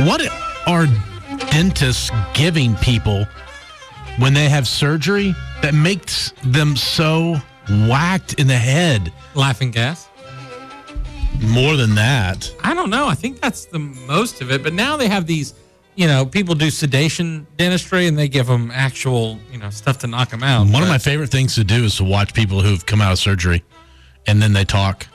What are dentists giving people when they have surgery that makes them so whacked in the head? Laughing gas? More than that. I don't know. I think that's the most of it. But now they have these, you know, people do sedation dentistry and they give them actual, you know, stuff to knock them out. One of my But favorite things to do is to watch people who've come out of surgery and then they talk.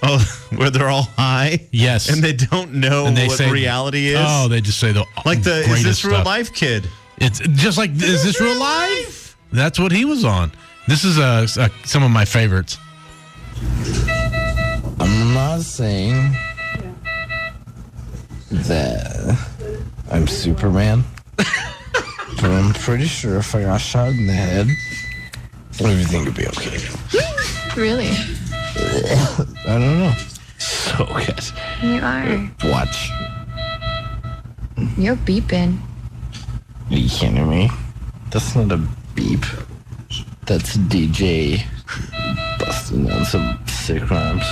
Oh, where they're all high. Yes. And they don't know And they what say- reality is. Oh, they just say the like the is greatest this real stuff. life kid? It's just like is this real life? That's what he was on. This is uh, uh, some of my favorites. I'm not saying that I'm Superman, but I'm pretty sure if I got shot in the head, everything would be okay. Really? I don't know. So good. You are. Watch. You're beeping. Are you kidding me? That's not a beep. That's DJ busting out some sick rhymes.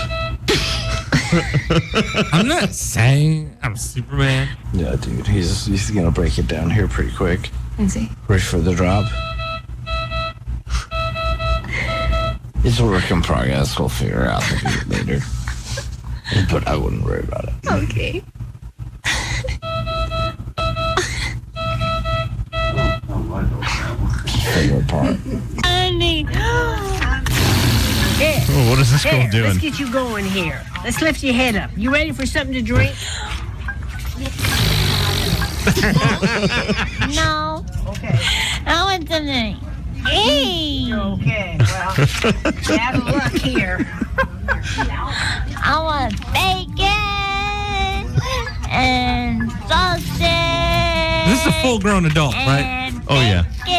I'm not saying I'm Superman. Yeah, dude, he's he's gonna break it down here pretty quick. Lindsay. Ready for the drop? It's a work in progress. We'll figure out the beat later. But I wouldn't worry about it. Okay. Favorite part. Honey. Here, Oh, what is this here, let's get you going here. Let's lift your head up. You ready for something to drink? No, Okay. I want something. Hey, Okay. Well, bad luck here. I want bacon and sausage. This is a full grown adult, right? and Oh yeah. bacon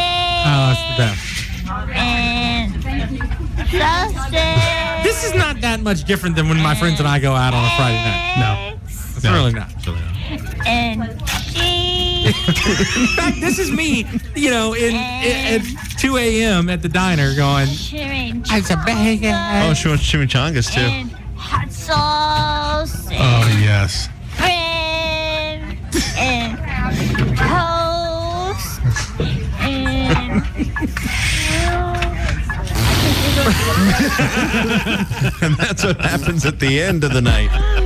Oh, that's the best. and sausage. This is not that much different than when my friends and I go out on a Friday night. No. It's really not. And cheese. In fact, this is me, you know, in, in at 2 a.m. at the diner going, It's a bacon. Oh, she wants chimichangas too. And hot sauce. and Oh yes. bread and toast and And that's what happens at the end of the night.